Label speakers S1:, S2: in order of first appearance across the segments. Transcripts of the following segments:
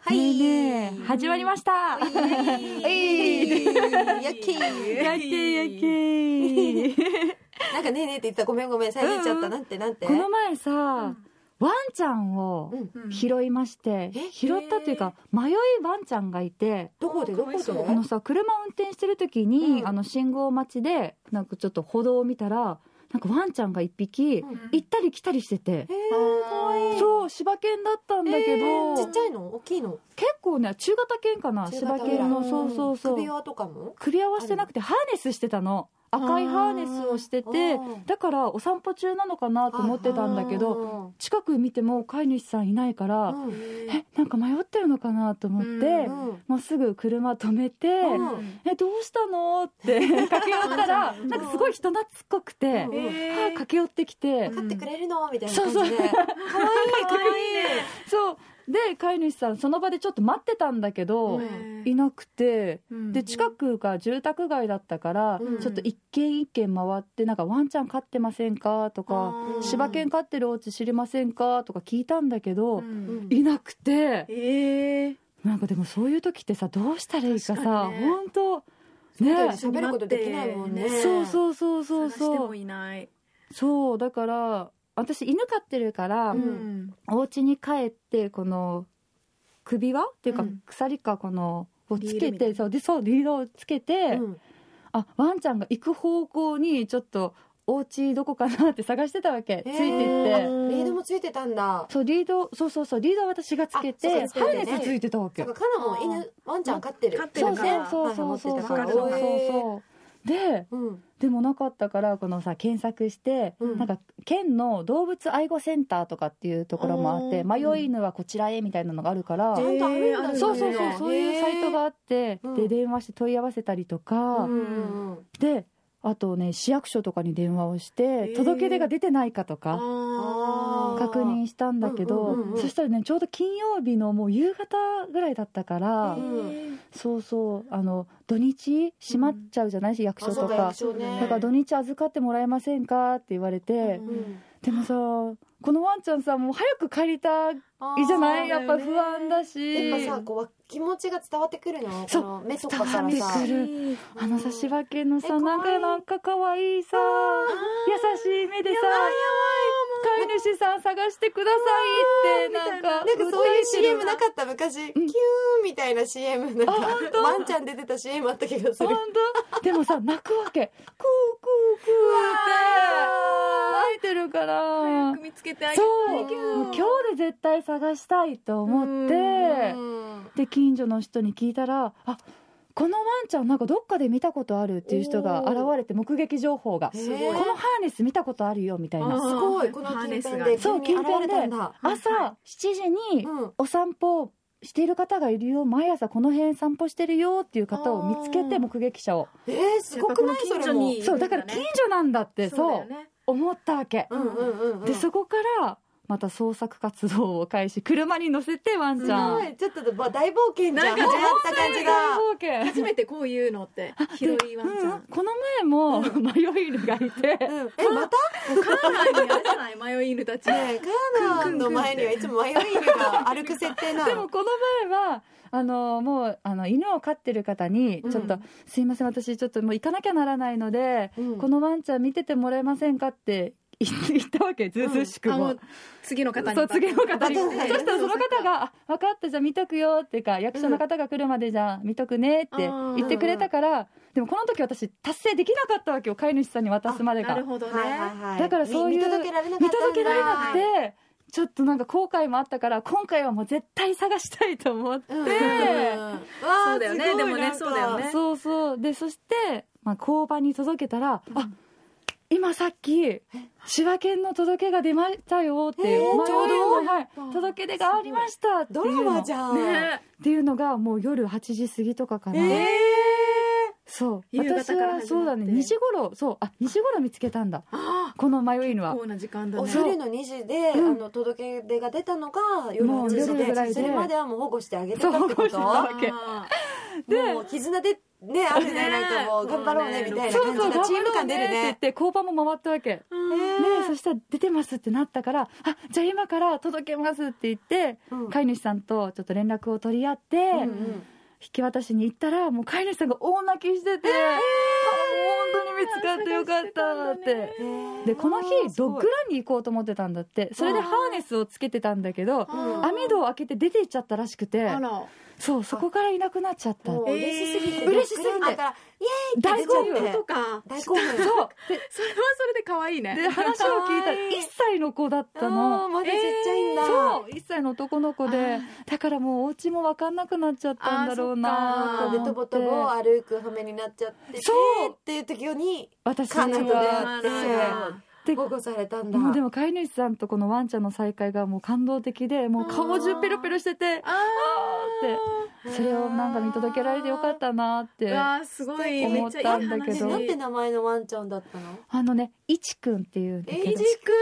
S1: はい
S2: ねえねえ始まりました
S1: えいやっけー
S2: やっけーやっけ ー
S1: なんかねえねえって言ってたごめんごめん遮っちゃっ
S2: うんう
S1: た
S2: ん
S1: なんてなんて
S2: この前さ、ワンちゃんを
S1: うん
S3: うん
S2: 拾いまして、
S1: え
S2: 拾ったというか迷いワンちゃんがいて
S1: どこでどこで
S3: そう
S2: あのさ車運転してる時に、
S1: うん
S2: あの信号待ちでなんかちょっと歩道を見たらなんかワンちゃんが一匹、
S1: うん
S3: うん
S2: 行ったり来たりしてて
S1: え、
S3: 可愛い
S2: そう柴犬だったんだけど、
S1: ーちっちゃいの大きいの
S2: 結構ね中型犬かな
S1: 中
S2: 柴
S1: 型犬
S2: 犬の
S3: うん
S2: そうそうそう
S1: 首輪とかも
S2: 首輪はしてなくてハーネスしてたの赤いハーネスをして
S1: あ
S2: て
S1: ー
S2: だからお散歩中なのかなと思ってたんだけど
S1: ど
S2: 近く見ても飼い主さんいないから、えなんか迷ってるのかなと思って、
S3: うん
S2: もうすぐ車止めて、
S1: うん
S2: えどうしたのって 駆け寄ったら
S3: うん
S2: なんかすごい人懐っこくて、
S1: うん
S2: は
S3: え
S2: あ
S3: ー
S2: 駆け寄ってきて、
S1: 飼ってくれるのみたいな
S2: そ
S1: 感
S2: う
S1: じ
S2: そう
S1: で
S3: 可愛いね
S2: そうで飼い主さんその場でちょっと待ってたんだけ
S1: う
S2: ど、
S1: ん
S2: いなくて。
S3: うん
S2: で近くが住宅街だったから、
S1: うん
S2: ちょっと一軒一軒回ってなんかワンちゃん飼ってませんかとか
S3: あー
S2: 柴犬飼ってるお家知りませんかとか聞いたんだけど、
S3: うん
S2: いなくて
S3: ええ
S2: なんかでもそういう時ってさどうしたらいいか
S3: 確
S2: さ
S3: かにね
S2: 本当
S1: だよ
S2: ね
S1: ね喋ることできないもんね
S3: ね
S2: そうそうそうそう
S3: 探して
S2: そ
S3: も
S2: う
S3: いない
S2: そうだから私犬飼ってるから、
S1: うん
S2: お家に帰ってこの首輪っていうか
S3: うん
S2: 鎖かこのをつけ
S3: リードみたい
S2: て
S3: な
S2: そうでそうリードをつけて、
S1: うん
S2: あワンちゃんが行く方向にちょっとお家どこかなって探してたわけついて
S1: へ
S2: って
S1: ーリードもついてたんだ
S2: そうリードそうそうそうリードは私がつけて
S1: あそう
S2: ハ
S1: か
S2: ーネスついてたわけ
S1: なんかカナも犬ワンちゃん飼ってる
S3: 飼って
S2: そう
S3: る
S2: そう
S3: か
S2: そうそうそうそうそう
S3: わか
S2: そ
S3: るわ
S2: う
S3: かる
S2: そうで
S1: うん
S2: でもなかったからこのさ検索して、
S1: うん
S2: なんか県の動物愛護センターとかっていうところもあって
S1: う
S2: 迷い犬はこちらへみたいなのがあるから、
S1: ちゃんとあるんだね
S3: えー
S2: そうそうそう
S3: ね
S2: そういうサイトがあって、
S1: うん
S2: で電話して問い合わせたりとか、
S1: うんうんうん
S2: であとね市役所とかに電話をして、
S3: ー
S2: 届け出が出てないかと
S3: あ
S2: か
S3: ー
S2: 確認したんだけど、
S1: うんうんうん
S2: そしたらねちょうど金曜日のもう夕方ぐらいだったから、
S3: えー
S2: そうそうあの土日閉まっちゃうじゃないし、役所
S1: あそう
S2: と
S1: か
S2: か
S1: 役。所ね
S2: だから土日預かってもらえませんかって言われて、
S3: うん
S1: うん
S2: でもさこのワンちゃんさもう早く帰りたいじゃない、やっぱ不安だし
S1: やっぱさこうわ気持ちが伝わってくるのこ
S2: そう
S1: の目とかから
S2: 伝わって
S1: さ
S2: くるあのさ柴犬のさ
S1: え
S2: なん
S1: 可愛
S2: か
S1: い
S2: なんか可愛いさ優しい目でさ飼い主さん探してくださいってなんか
S1: なんかそういう
S2: 訴えてる
S1: CM なかった昔、キューみたいな CM なんか
S2: あ本当
S1: ワンちゃん出てた CM あった気がする
S2: 本 当でもさ泣くわけクークークーって泣いてるから
S3: 早く見つけてあげ
S2: そ
S3: た
S2: う
S3: いけど
S2: もう今日で絶対探したいと思っ
S1: う
S2: て
S1: ん
S2: で近所の人に聞いたらあこのワンちゃんなんかどっかで見たことあるっていう人が現れて目撃情報が
S1: へ
S2: こ
S1: ー
S2: のハーネス見たことあるよみたいな
S3: あー
S1: すごいこの
S3: ハー
S1: 近
S3: ネス
S1: 辺
S3: が
S1: で
S2: そう
S1: 急に現れたん
S2: 近
S1: だ
S2: 朝7時に
S1: うん
S2: お散歩している方がいるよ毎朝この辺散歩してるよっていう方を見つけ
S3: あ
S2: て
S3: ー
S2: 目撃者を
S1: えー、すごくないそれも
S3: いるんだね
S2: そうだから近所なんだって
S3: そうだ
S2: そ
S3: よ
S2: う
S3: ね
S2: 思ったわけ
S1: うんうんうんうん
S2: でそこからまた捜索活動を開始車に乗せてワンちゃん
S1: すごいちょっとまあ大冒険じゃん
S3: なんか
S1: 始まった感じが
S2: 大冒険
S3: 初めてこういうのって広いワンちゃ
S2: うん
S3: ん
S2: この前も迷い犬がいて
S1: うんえまた
S3: カナダにあれじゃない迷い犬たち
S1: ねえカーナンの前にはいつも迷い犬が歩く設定な
S2: で
S1: の
S2: もこの前はあのもうあの犬を飼ってる方に
S1: うん
S2: ちょっと、すいません私ちょっともう行かなきゃならないので、
S1: うん
S2: このワンちゃん見ててもらえませんかって言って言ったわけずうずうしく
S3: あ
S2: も、
S3: もう次の方に
S2: そう次の方に
S1: バ
S2: そ
S1: トンが
S2: したらその方が「あ分かったじゃあ見とくよ」っていうか役所の方が来るまでじゃあ見とくねって言ってくれたから、でもこの時私達成できなかったわけよ飼い主さんに渡すまで
S3: な
S2: が
S3: る。ほどね、
S1: はいはいはい
S2: だからそういう
S1: 見届けられなか
S2: 見
S1: ったんだ
S2: 届けられなく
S3: は
S2: てちょっとなんか後悔もあったから今回はもう絶対探したいと思って、
S1: うんうんわあ
S3: そうだよね
S1: すごい
S3: でもね
S1: なんか
S3: そうだよね
S2: そうそうでそして、まあ、交番に届けたら、あ今さっき柴犬の届けが出ましたよっていう、
S1: えー
S2: まあ
S1: ちょうど
S2: はい、届け出がありましたってい
S1: ド
S2: うの
S1: ラマじゃん、
S3: ね
S2: っていうのがもう夜8時過ぎとかかな、
S1: え
S2: そう
S3: 夕方から
S2: 私
S3: 始まっ
S2: は
S3: て
S2: そうだね2時頃そうあ2時頃見つけたんだ
S3: あ
S2: この迷い犬
S3: あ
S2: は
S3: こうな時間だ
S1: お
S3: ね
S2: そう
S1: 昼の2時で、
S2: うん
S1: あの届け出が出たのが夜
S2: も
S1: 8時
S2: う
S1: で
S2: 夜ぐらいで
S1: それまではもう保護してあげてたって
S2: そう保
S1: こ
S2: 護してた
S1: と
S2: わけ
S3: あ
S1: もう絆でねあるね
S3: ね
S1: なんかもう
S3: そ
S1: 頑
S3: うね
S1: 張ろうねみたいな
S2: そう
S1: 感
S2: そう
S1: じがチーム感出る
S2: 頑張ろうねって言っ
S1: ね
S2: て交番も回ったわけ、
S1: ね
S2: ねそしたら出てますってなったからあじゃあ今から届けますって言って、
S1: うん
S2: 飼い主さんとちょっと連絡を取り合って、
S1: うんう
S2: 引
S1: ん
S2: き渡しに行ったらもう飼い主さんが大泣きしてて、あもう本当に見つかってよかったって。
S3: 探してたんだね
S2: でこの日
S1: あーす
S2: ド
S1: ごい
S2: ッグランに行こうと思ってたんだってそれで
S1: うん
S2: ハーネスをつけてたんだけど
S1: うん
S2: 網戸を開けて出て行っちゃったらしくて
S3: あら
S2: そうそこからいなくなっちゃった
S1: もう
S2: そう
S1: 嬉しすぎて、
S2: えー嬉しすぎて
S1: だから
S2: 大
S1: 出ちゃ
S2: 好
S1: って
S2: 評
S3: とか
S1: 大興奮
S2: で
S3: それはそれで可愛い ね
S2: で話を聞いたら
S1: かわいい
S2: 1歳の子だった
S1: あー
S2: の
S1: まだちっちゃいんだ、
S2: そう1歳の男の子
S3: あ
S2: でだからもうお家も分かんなくなっちゃったんだろうな
S3: あ
S2: と
S3: ー
S1: で
S2: 思
S1: と
S2: っ
S1: ぼ
S2: て
S1: とぼ歩く羽目になっちゃって
S2: そう
S1: っていう時に
S2: 私
S1: カナと出
S2: は
S1: 会って
S3: あ
S2: で
S1: 保護されたんだ
S2: もうでも飼い主さんとこのワンちゃんの再会がもう感動的でもう顔中ペロペロしてて
S3: あ
S2: ーってそれをなんか見届けられてよかったなって
S3: うわーすごいめ
S2: 思
S3: っ
S2: っ
S3: ちゃ
S2: た
S3: いい
S2: んだけ
S3: 話
S2: ど
S1: なんて名前のワンちゃんだったの
S2: あのね、いちくんっていうんだけど。
S1: えいち
S2: い
S3: く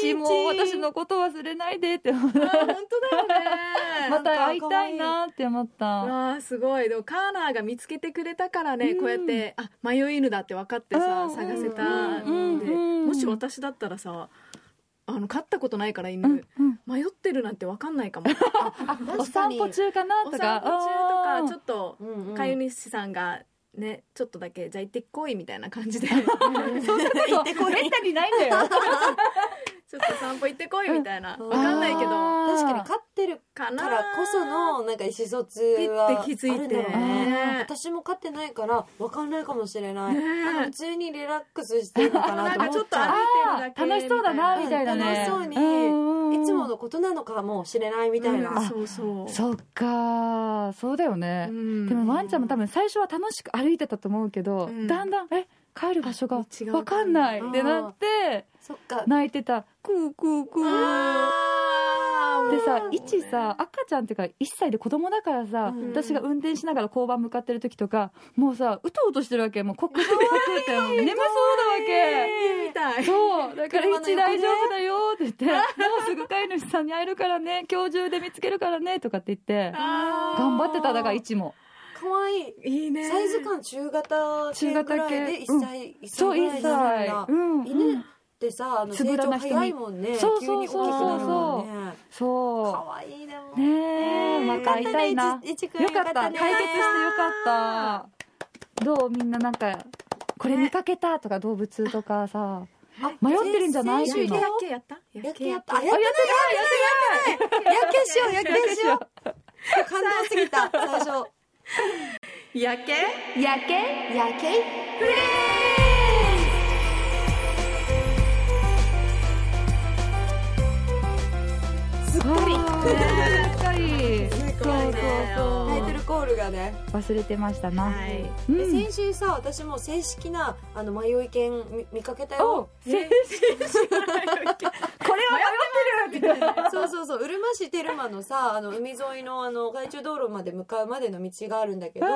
S2: ちもう私のこと忘れないでって思って、
S3: あ本当だよね
S2: また会いたいなって思った。
S3: わあすごいでもカーナーが見つけてくれたからね、
S2: うん
S3: こうやってあ迷い犬だって分かってさ、
S2: うん
S3: 探せたんで、
S2: うんうん
S3: もし私だったらさあの飼ったことないから
S2: う
S3: 犬、
S2: んうん。
S3: 迷ってるなんて分かんない かも
S2: お散歩中かな
S3: お
S2: と
S3: 散
S2: か。
S3: 歩中とかちょ
S2: っ
S3: っと
S1: うんうん
S3: 飼い主さんがねちょっとだけじゃあ行ってこいみたいな感 じでちょっ
S1: 行ってこい
S2: めったにないんだ よ。
S3: と散歩行ってこいみたいな、
S1: う
S3: 分
S1: ん
S3: かんないけど
S2: あ
S1: 確かに飼ってる
S3: かな
S1: からこそのなんか意思疎通はあ
S3: ピッて気づ
S1: る
S3: い
S1: ん
S3: て
S1: だろうね
S3: ね
S1: 私も飼ってないからわかんないかもしれない、
S3: ねえ
S1: なんか普通にリラックスしてるのかな
S3: なん
S1: と
S3: かち
S1: 思
S3: ょ
S1: っ
S3: っ
S1: ち
S3: と歩い
S1: ゃ
S3: てるだ
S2: あ
S3: け
S2: ー楽しそうだな、みたいなね。
S1: 楽しそうに
S2: ん
S1: うん
S2: ん
S1: いつものことなのかもしれないみたいな、
S3: うんそうそう
S2: そっか、そうだよね。でもワンちゃんも多分最初は楽しく歩いてたと思うけど、
S3: うん
S2: だんだん、え、帰る場所が
S3: あ道が
S2: わかんないってなって、
S1: そっか
S2: 泣いてたクークークー
S3: あー
S2: でさ
S3: もうね
S2: 一さ赤ちゃんっていうか1歳で子供だからさ、
S1: うん
S2: 私が運転しながら交番向かってる時とかもうさうとうとしてるわけもうコクコクってもう眠そうだわけ
S3: みたい
S2: そうだから
S1: 車の横
S2: 一
S1: ね
S2: 大丈夫だよって言ってもうすぐ飼い主さんに会えるからね今日中で見つけるからねとかって言って
S3: あー
S2: 頑張ってただから一も
S1: かわいい
S3: いいね
S1: サイズ感中型系ぐらいで1
S2: 中型
S1: 歳、一
S2: そう
S1: 歳ぐらいに
S2: 1
S1: なるんだ、
S2: 歳うん、う
S1: 犬っ
S2: ん
S1: てさあの
S2: つ
S1: 成
S2: ぶら
S1: 長
S2: な瞳
S1: 早いもんね
S2: そう
S1: 急
S2: そう
S1: に大きく
S2: そう
S1: なるもんねか
S2: そ
S1: わいいでも
S2: うねえまた会いたいな
S1: よか
S2: よかった
S1: ね
S2: 解決してよかったどうみんななんかこれ見かけたとか動物とかさ
S1: あ
S2: 迷ってるんじゃない
S1: 先
S2: って
S1: 週い
S2: い
S1: うた
S2: の
S1: よ
S3: やっけやった
S1: やっ
S3: や
S1: けやっ
S3: った
S1: あやってないやってないやってないやっけしようやっけしよう感動すぎた最初
S3: けやっけ
S2: やけ
S1: やけすっごい
S2: すっかり
S3: す
S2: そ
S3: ご
S2: うそう
S3: いね
S2: そう
S1: タイトルコールがね
S2: 忘れてましたな、
S3: はい
S2: うん
S1: で先週さ私も正式なあの迷い犬見見かけた
S2: お
S1: よ
S2: 先これは迷ってるみたいな
S1: そうそうそううるま市テルマのさあの海沿いのあの海中道路まで向かうまでの道があるんだけど、
S2: う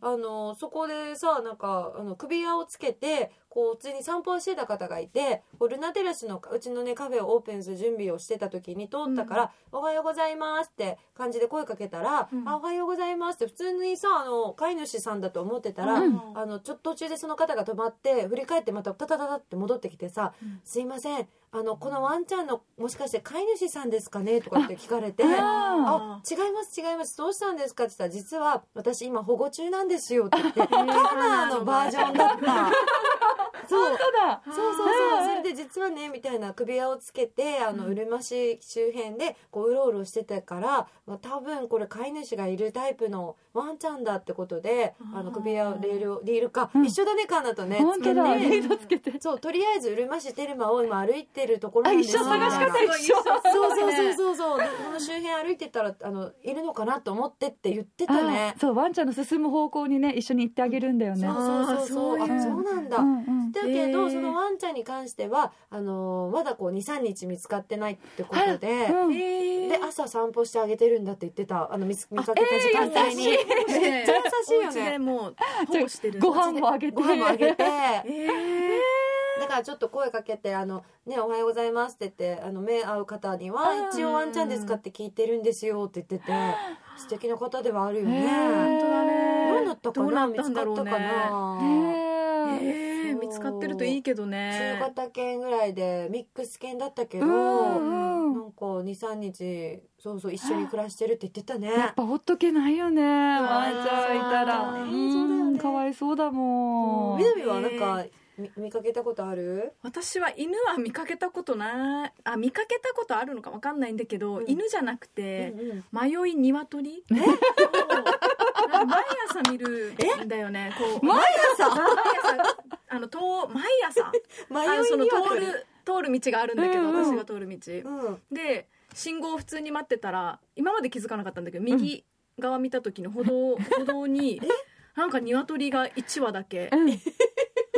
S1: あのそこでさなんかあの首輪をつけてこう普通に散歩をしてた方がいてこうルナテラスのうちのねカフェをオープンする準備をしてた時に通ったから「おはようございます」って感じで声かけたら「
S3: うん
S1: あおはようございます」って普通にさあの飼い主さんだと思ってたら、
S2: うん
S1: あのちょっと途中でその方が止まって振り返ってまたタタタタって戻ってきてさ「
S3: うん
S1: すいませんあのこのワンちゃんのもしかして飼い主さんですかね?」とかって聞かれて「あ
S2: あ
S1: 違います違いますどうしたんですか?」って言ったら「実は私今保護中なんですよ」って言ってカナーのバージョンだった。そう
S2: そうだ
S1: そうそうそうそれで実はねみたいな首輪をつけてあのうるま市周辺でこううろうろしてたから、まあ、多分これ飼い主がいるタイプのワンちゃんだってことであの首輪をレールをリールか、
S2: うん
S1: 一緒だねカーナとね
S2: 本当だ
S1: つけ
S2: リ
S1: て
S2: ードつけて
S1: そうとりあえずうるま市テルマを今歩いてるところ
S2: あ
S1: なんです
S2: 一緒探し
S1: みた
S2: 方
S1: いな
S2: 一緒
S1: そうそうそうそうそうでこの周辺歩いてたらあのいるのかなと思ってって言ってたね
S2: あ。そうワンちゃんの進む方向にね一緒に行ってあげるんだよね
S1: そうそうそうそう
S3: あーそういう
S1: あそうなんだ、
S2: うんうん
S1: だけど、
S3: えー
S1: そのワンちゃんに関してはあのーまだこう23日見つかってないってことで、
S2: うん
S3: え
S1: で朝散歩してあげてるんだって言ってたあの見つ見かけた時間
S2: えー
S1: 帯に、
S2: 優
S1: めっちゃ優しいよ
S3: お家で
S1: ね
S3: もう保護してる
S2: ご飯もあげ
S1: ご
S2: て
S1: 飯もあげて
S3: えー
S1: だからちょっと声かけて「あのねおはようございます」って言ってあの目合う方には
S2: うん
S1: 「一応ワンちゃんですか?」って聞いてるんですよって言ってて素敵な方ではあるよ
S2: へ
S1: ね
S2: ー。
S3: 当だね
S1: どうなったかな
S3: どう
S1: 見
S3: なった
S1: つ
S3: ん
S1: か
S3: だろ
S1: っ
S3: う
S1: た
S3: ね
S1: かな、
S2: へえ
S1: そう
S3: えー、見つかってるといいけど
S1: 中
S3: ね
S1: 型犬ぐらいでミックス犬だったけど、
S2: うん
S1: なんか23日そうそう一緒に暮らしてるって言ってたね
S2: やっぱほっとけないよねワンちゃんいたら
S1: そうだね
S2: うんかわいそうだもん
S1: みなみはなんか見見かけたことある
S3: 私は犬は見かけたことないあ見かけたことあるのかわかんないんだけど、
S1: うん
S3: 犬じゃな
S1: う
S3: く
S1: ん
S3: て、
S1: うん
S3: 迷い鶏 をなんか毎朝見るんだよね こう
S1: 毎朝
S3: 毎朝あのと毎朝
S1: 迷
S3: あの
S1: い
S3: その
S1: に
S3: 通
S1: わかる、
S3: る通る道があるんだけど、
S2: うんうん
S3: 私が通る道
S1: うん、
S3: で信号を普通に待ってたら今まで気づかなかったんだけど右側見た時の歩道歩道になんか鶏が1羽だけ
S2: うん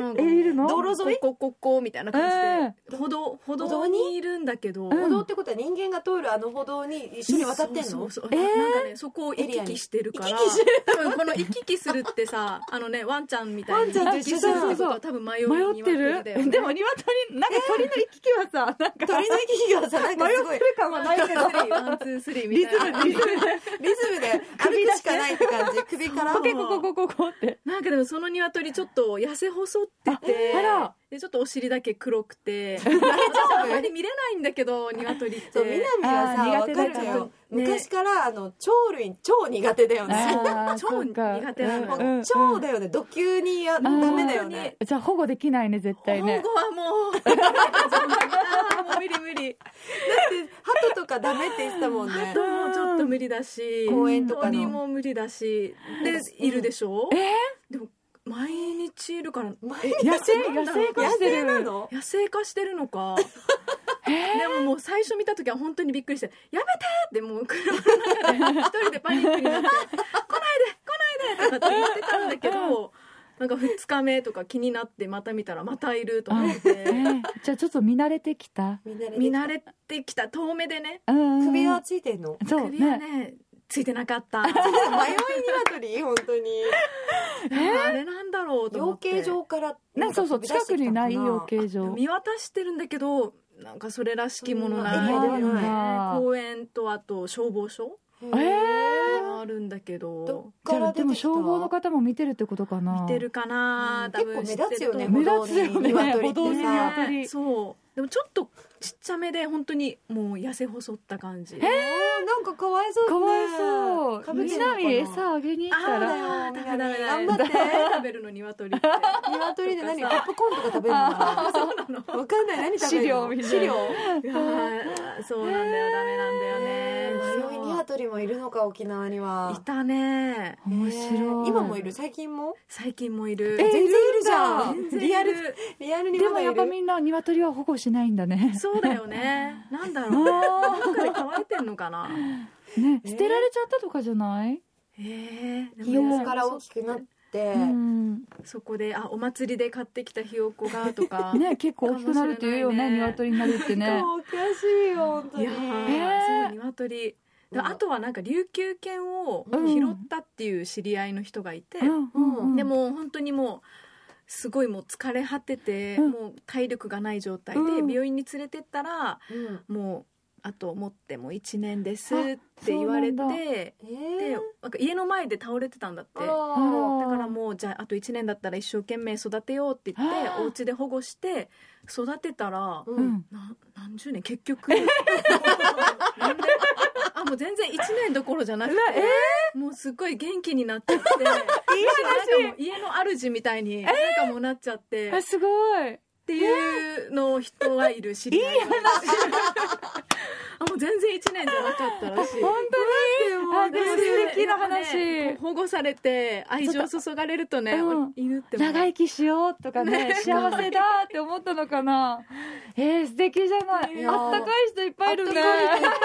S3: なんか
S2: えいるの
S1: 道路沿い
S3: ここここみたいな感じで歩道歩道にいるんだけど
S2: うん
S1: 歩道ってことは人間が通るあの歩道に一緒に渡ってんの
S3: そうそうそう
S2: えー
S3: なんかねそこを行き来してるから
S1: 行き来し
S3: うんこの行き来するってさあのねワンちゃんみたいに
S1: ワンちゃんと
S3: 行
S1: 一緒
S3: き来
S1: だ
S3: するってことは多分迷う
S2: 迷ってる、
S3: だよね
S2: でも鶏なんか鳥の行き来はさなんか
S1: 鳥の息がさなんか
S2: 迷
S1: す
S2: っ
S1: ごい
S2: てる感は
S3: ワン
S2: ない
S3: ツ
S2: けど
S3: ースリーワンツースリーみ
S2: リズ
S3: たいな
S2: ムリズム
S1: リズムで歩くしかないって感じ首から
S2: こけこここここって
S3: なんかでもその鶏ちょっと痩せ細ってて
S2: ああら
S3: でちょっとお尻だけ黒くてあんまり見れないんだけど鶏って
S1: そう南はさ
S2: あー苦
S1: 分
S2: 手
S1: かる
S2: だから
S1: のよ、
S3: ね
S1: 昔からあの鳥類超苦手だよね
S2: あー
S3: 超
S2: そっか
S3: 苦手なのよ
S1: もう
S2: うんうん
S1: 超だよね、ド級にやダメだよね
S2: じゃあ保護できないね絶対ね
S3: 保護は もう あーもう無理無理
S1: 鳩とかダメって言ってたもんね
S3: 鳩もちょっと無理だし
S1: 公園とかの
S3: 鳥も無理だしでいるでしょ、でも毎日いるから
S1: 毎
S3: え
S2: 野生
S3: な
S2: 野
S3: んだろう
S2: 生化
S1: 野
S2: して
S1: 生な
S2: る
S1: の
S3: 野生化してるのかでももう最初見た時は本当にびっくりして「やめて!」ってもう車の中で一人でパニックになって「来ないで来ないで!」とかって言ってたんだ けどなんか2日目とか気になってまた見たらまたいると
S2: あ
S3: 思って
S2: ねじゃあちょっと見慣れてきた
S1: 見慣れて
S3: 見慣れてきた遠目でね
S2: うん
S1: 首輪ついてんの
S2: そう
S3: 首は
S2: ね
S3: ねついてなかったあ
S1: 迷い鶏本当に
S3: れなんだろうと
S1: 養
S3: 思って
S1: 鶏場から
S2: なんかそうそう近くにない養鶏場
S3: 見渡してるんだけどなんかそれらしきものな
S1: そんなエリア
S3: い
S1: では
S2: ない
S3: 公園とあと消防署
S1: 鶏
S2: え
S3: があるんだけ
S1: ど
S3: ど
S1: っ
S2: じ
S1: か
S2: ゃ
S1: ら
S2: あ
S1: 出てきた
S2: でも消防の方も見てるってことかな
S3: 見てるか
S1: う
S3: なん多分
S1: 結構目立つよね
S3: 知ってると
S2: 目
S3: 思う
S2: 立つよね
S1: 鶏
S2: 歩
S1: って
S2: 道に
S1: さ
S2: 鶏
S3: そうでもちょっとちっちゃめで本当にもう痩せ細った感じ
S1: えーなんかかわいそうね
S2: かわいそう
S1: 食べて
S2: み
S1: んのか
S2: なみ餌あげに行っ
S3: あ
S2: た
S3: ー
S1: そうだ
S2: ら
S1: よ
S3: ダ
S1: 頑
S3: メダメダメ
S1: 張って
S3: 食べるの 鶏って
S1: 鶏で何ポ
S3: と
S1: ッ
S3: か
S1: プコーンとか食べるのか
S3: そうなの
S1: なわかんない何食べるの
S2: 飼料みたいな
S1: 飼料
S3: あーそうなんだよダメなんだよね
S1: 迷い鶏もいるのか沖縄にはい
S3: たね
S2: 面白い
S1: 今もいる最近も
S3: 最近もいる
S1: 全
S2: え
S1: 然いるじゃ
S3: 全
S1: ん
S3: 然いる
S1: リアルリアルに
S2: で
S1: ま
S2: も
S1: だい
S2: やっ
S1: る
S2: ぱみんな鶏は保護しないんだね
S3: そうだ よねなんだろう
S2: あ
S3: なんかで乾いてんのかな
S2: ーね
S1: えー
S2: 捨てられちゃったとかじゃない
S3: えーでも
S1: ひよこから大きくなって
S2: うん
S3: そこであお祭りで買ってきたひよこが とか
S2: ね結構大きくなるって言うよ
S3: かも
S2: ね
S3: しれないね
S2: 鶏になるってね
S1: おかしいよ本当
S3: い
S1: に
S3: や
S2: ね
S3: ーそう鶏であとはなんか琉球犬を拾ったっていう知り合いの人がいて、
S1: うん
S3: でも本当にもうすごいもう疲れ果てて、
S2: うん
S3: もう体力がない状態で
S2: うん
S3: 病院に連れてったら、
S1: うん
S3: もうあと持っても1年ですって言われ
S2: あそうなん
S3: て
S1: え
S3: で
S1: ー
S3: なんか家の前で倒れてたんだって
S1: あ
S3: だ
S1: ー
S3: からもうじゃああと1年だったら一生懸命育てようって言って
S2: あー
S3: お家で保護して育てたら
S1: う
S2: うんん
S3: な何十年 結局なんであもう全然1年どころじゃなくて、もうすっごい元気になっ ちゃってなんかもう家の主みたいになんかもうなっちゃって、
S2: あ
S3: っ
S2: すごい
S3: ていうのを人はいる知り合いが あもう全然1年じゃなかったらしい。
S2: 本当にあ で
S3: で
S2: も
S3: も
S2: 素敵な
S3: ね
S2: 話
S3: こう保護されて愛情注がれるとね、
S2: うん
S3: 犬ってもう
S2: 長生きしようとかね幸せだって思ったのかなえー素敵じゃない
S1: いやー
S2: あったかい人いっぱいいるねだ
S1: あったかい人いっ
S3: 本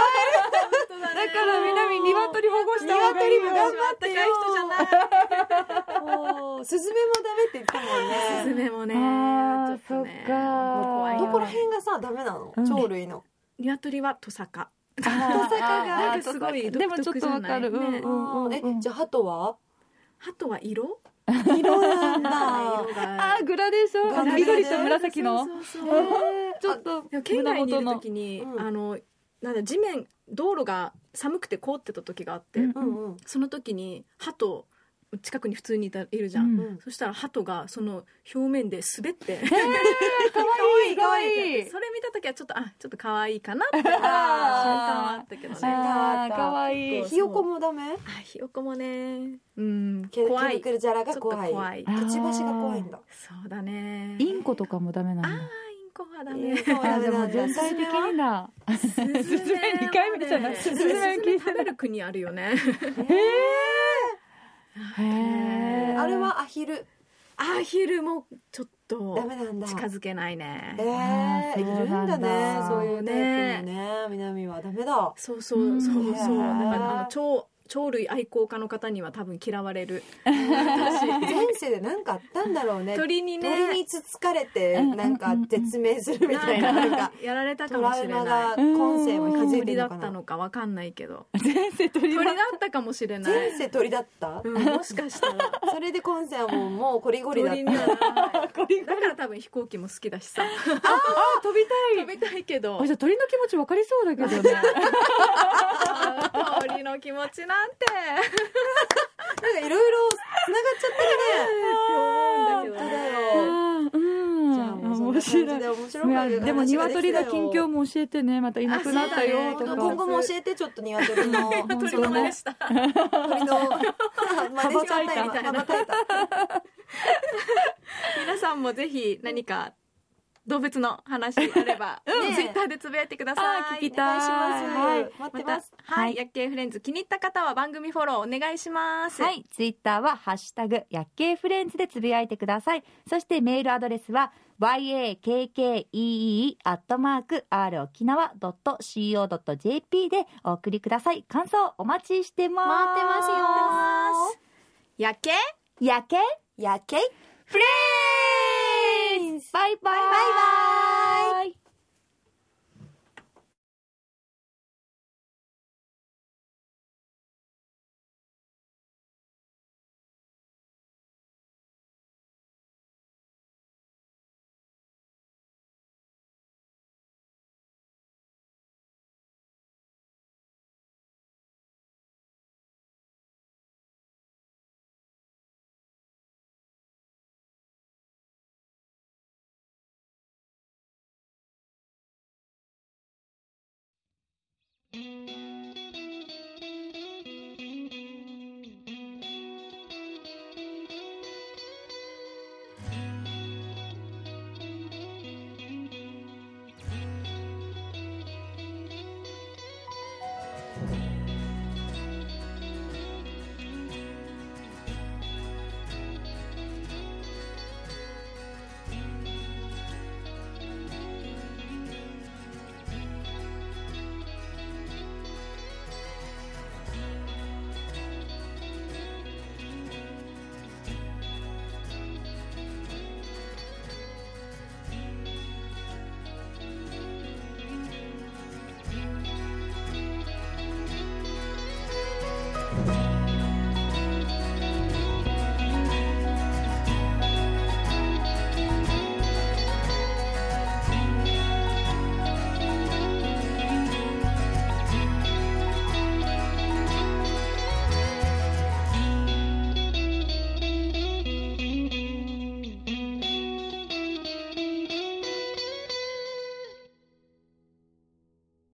S3: 当だね
S2: から南鶏保護した方がい
S1: 鶏
S2: いよ
S1: も頑張っ
S3: あった
S1: て
S3: かい
S1: よ
S3: 人じゃない
S1: もうスズメもダメって言ってた
S3: ス
S1: もん
S3: ズ
S1: ね
S3: メもね
S2: あー
S3: ちょっと
S2: そ
S3: ね
S2: っか
S3: 怖い
S1: ど
S3: よ
S1: こら辺がさダメなの
S2: うん
S1: 鳥類の
S3: 鶏はトサカ
S2: あー
S1: 登坂が
S2: あー
S3: なんかすごい
S2: でも
S3: 独
S2: ちょっ
S3: 特じ
S2: と
S3: ゃ
S2: わ
S3: な
S2: か
S3: い
S2: るうん
S3: ね
S2: うんうんうん
S1: えじゃあ鳩は
S3: 鳩は色
S1: 色なんだ。
S3: 色が
S2: あーグラデーションあの
S1: グラデーション
S2: 緑と紫の
S3: そうそう
S1: え
S3: そう
S1: ー
S2: ちょっと
S3: でも県外にいる時に、
S1: 胸元の
S3: あのなんだ地面道路が寒くて凍ってた時があって、
S2: うん
S1: うんうん。
S3: その時に鳩近くに普通にいたいるじゃん、
S2: うん
S1: うん
S3: そしたら鳩がその表面で滑って、
S2: かわいいかわいい
S3: それ見た時はちょっとあちょっと可愛いかなって瞬間はあったけどね
S2: あーかわいい
S3: そう
S1: ひよこもダメ
S3: あひよこもねうん
S1: ケ
S3: 怖
S1: ケ
S3: い
S1: ルクルジャラ
S3: ちょ
S1: が
S3: っと
S1: 怖い。
S3: 怖い
S2: あ
S1: くちばしが怖いんだ。
S3: そうだね
S2: インコとかもダメなん
S3: あ
S2: だ
S3: ーインコはダ
S1: イ
S3: メ
S1: ンコは
S2: あーでも
S1: ダメなんだ
S2: 全体的にだ
S3: スズメ
S2: スズメ二回目じゃないス
S3: スズ
S2: ズメ
S3: メ
S2: 聞い
S3: 食
S2: て
S3: べ
S2: ない
S3: る国あるよね
S2: へえ
S1: えーあれはアヒル。
S3: アヒルもちょっと
S1: ダメなんだ。
S3: 近づけないね
S1: えー、いるんだね。
S2: あー
S1: そ
S2: そうう
S1: いう
S3: なんだ
S1: ね。ね、南はダメだ。
S3: そうそううんそうそう
S1: へ
S3: だ
S1: ー
S3: からあの鳥鳥類愛好家の方には多分嫌われる私
S1: 前世で何かあったんだろうね。
S3: 鳥にね
S1: 鳥につつかれて、
S2: うん
S1: なんか絶命するみたいな、
S3: な
S1: なんんか
S3: か。やられたか
S1: ト
S3: も
S1: ラ
S3: し
S1: ウ
S3: れ
S1: マ
S3: な
S1: が
S3: い
S1: 今世を引き継い
S3: 鳥
S1: で
S3: だ
S1: るの
S3: っ
S1: か
S3: た
S1: な
S3: のかわかんないけど
S2: 全世鳥
S3: 鳥だ
S2: だ
S3: ったかもしれない
S1: 前世鳥だった、
S3: うんもしかしたら
S1: それで今世はもうもうコリゴリだっ
S3: 鳥
S1: た
S3: にはならない
S2: 鳥に
S3: だから多分飛行機も好きだしさ
S2: あ飛びた
S3: 飛
S2: い
S3: びたいけど
S2: あじゃあ鳥の気持ちわかりそうだけどね
S3: 鳥の気持ちなんて
S1: なんかいろいろ繋がっちゃ
S3: って思うんだ
S1: 本当
S3: けどね
S1: だよ
S2: あーうん
S1: じゃあもうそんな感じ
S2: 面白い
S1: で面白
S2: い
S1: い
S2: やでも鶏の近況
S1: も
S2: も教えてねまたいなくなったよと
S3: あそ
S1: 今
S3: うだね
S2: か
S1: 後も教えてちょっと鶏の
S3: 鳥
S1: そ
S3: の
S1: の
S3: 真似した
S1: 鳥のまねしちゃった
S3: 羽ばたいた
S1: 今羽ばたいた
S3: 皆さんもぜひ何か動物の話あれば、
S1: ね
S3: ツイッターでつぶやいてください
S2: あー聞き
S1: お
S2: た
S1: 願いし
S2: は
S1: ま
S2: い
S1: す待っ
S3: ま
S1: て
S3: た
S1: ます
S3: は、
S2: はいい
S3: 薬系フレンズ気に入った方は番組フォローお願いします
S2: は、い、ツイッターはハッシュタグ薬系フレンズでつぶやいてください。そしてメールアドレスは yakkee アットマーク r 沖縄ドット co ドット jp でお送りください。感想お待ちしてます。
S1: 待ってますよ
S3: 薬系
S2: す。やけ
S1: やけ
S2: フレンズ。バイバイ。